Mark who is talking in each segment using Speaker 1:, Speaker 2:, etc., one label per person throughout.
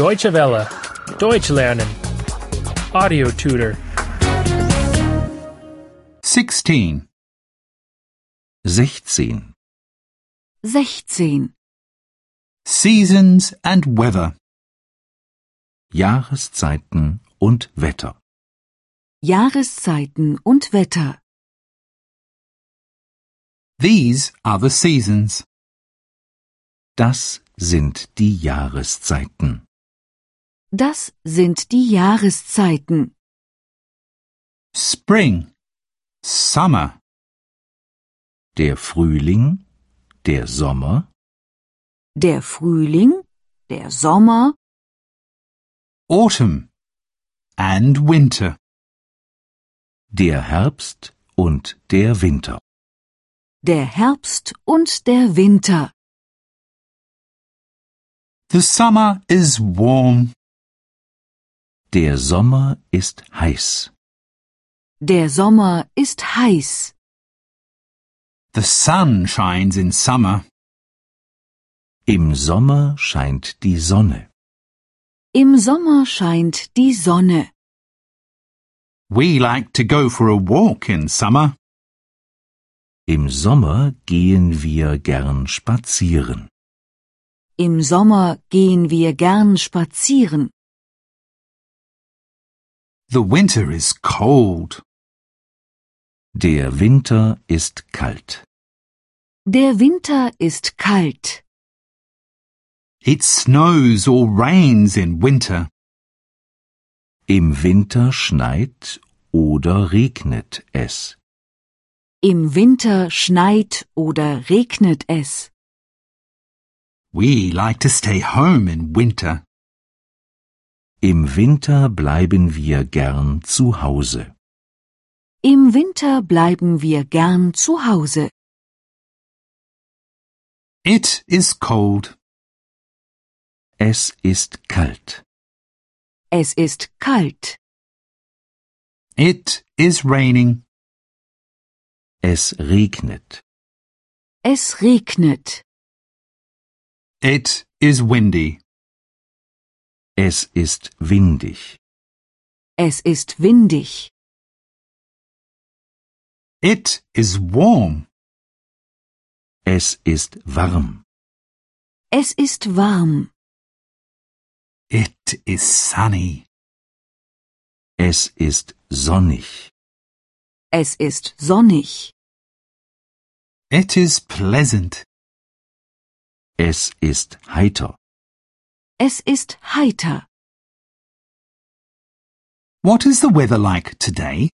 Speaker 1: Deutsche Welle. Deutsch lernen. Audio tutor.
Speaker 2: 16. 16.
Speaker 3: 16.
Speaker 2: Seasons and Weather. Jahreszeiten und Wetter.
Speaker 3: Jahreszeiten und Wetter.
Speaker 2: These are the seasons. Das sind die Jahreszeiten.
Speaker 3: Das sind die Jahreszeiten.
Speaker 2: Spring, Summer. Der Frühling, der Sommer,
Speaker 3: Der Frühling, der Sommer,
Speaker 2: Autumn and Winter. Der Herbst und der Winter.
Speaker 3: der Herbst und der Winter.
Speaker 2: The summer is warm. Der Sommer ist heiß.
Speaker 3: Der Sommer ist heiß.
Speaker 2: The sun shines in summer. Im Sommer scheint die Sonne.
Speaker 3: Im Sommer scheint die Sonne.
Speaker 2: We like to go for a walk in summer. Im Sommer gehen wir gern spazieren.
Speaker 3: Im Sommer gehen wir gern spazieren.
Speaker 2: The winter is cold. Der Winter ist kalt.
Speaker 3: Der Winter ist kalt.
Speaker 2: It snows or rains in winter. Im Winter schneit oder regnet es.
Speaker 3: Im Winter schneit oder regnet es.
Speaker 2: We like to stay home in winter. Im Winter bleiben wir gern zu Hause.
Speaker 3: Im Winter bleiben wir gern zu Hause.
Speaker 2: It is cold. Es ist kalt.
Speaker 3: Es ist kalt.
Speaker 2: It is raining. Es regnet.
Speaker 3: Es regnet.
Speaker 2: It is windy. Es ist windig.
Speaker 3: Es ist windig.
Speaker 2: It is warm. Es ist warm.
Speaker 3: Es ist warm.
Speaker 2: It is sunny. Es ist sonnig.
Speaker 3: Es ist sonnig.
Speaker 2: It is pleasant. Es ist heiter.
Speaker 3: Es ist heiter.
Speaker 2: What is the weather like today?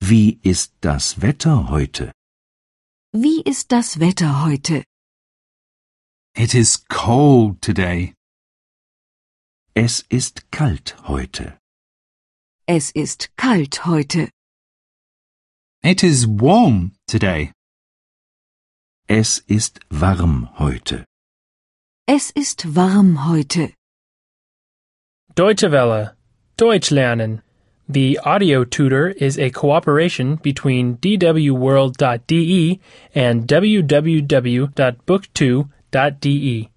Speaker 2: Wie ist das Wetter heute?
Speaker 3: Wie ist das Wetter heute?
Speaker 2: It is cold today. Es ist kalt heute.
Speaker 3: Es ist kalt heute.
Speaker 2: It is warm today. Es ist warm heute.
Speaker 3: Es ist warm heute.
Speaker 1: Deutsche Welle. Deutsch lernen. The audio tutor is a cooperation between E dwworld.de and www.book2.de.